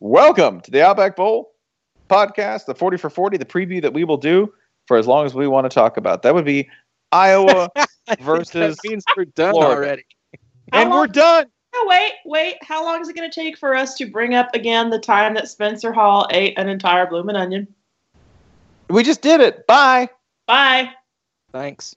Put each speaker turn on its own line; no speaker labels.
Welcome to the Outback Bowl podcast, the 40 for 40, the preview that we will do for as long as we want to talk about. That would be Iowa versus.
That means we're done
Florida.
already.
How
and we're
long-
done.
Oh, wait, wait. How long is it going to take for us to bring up again the time that Spencer Hall ate an entire bloomin' onion?
We just did it. Bye.
Bye.
Thanks.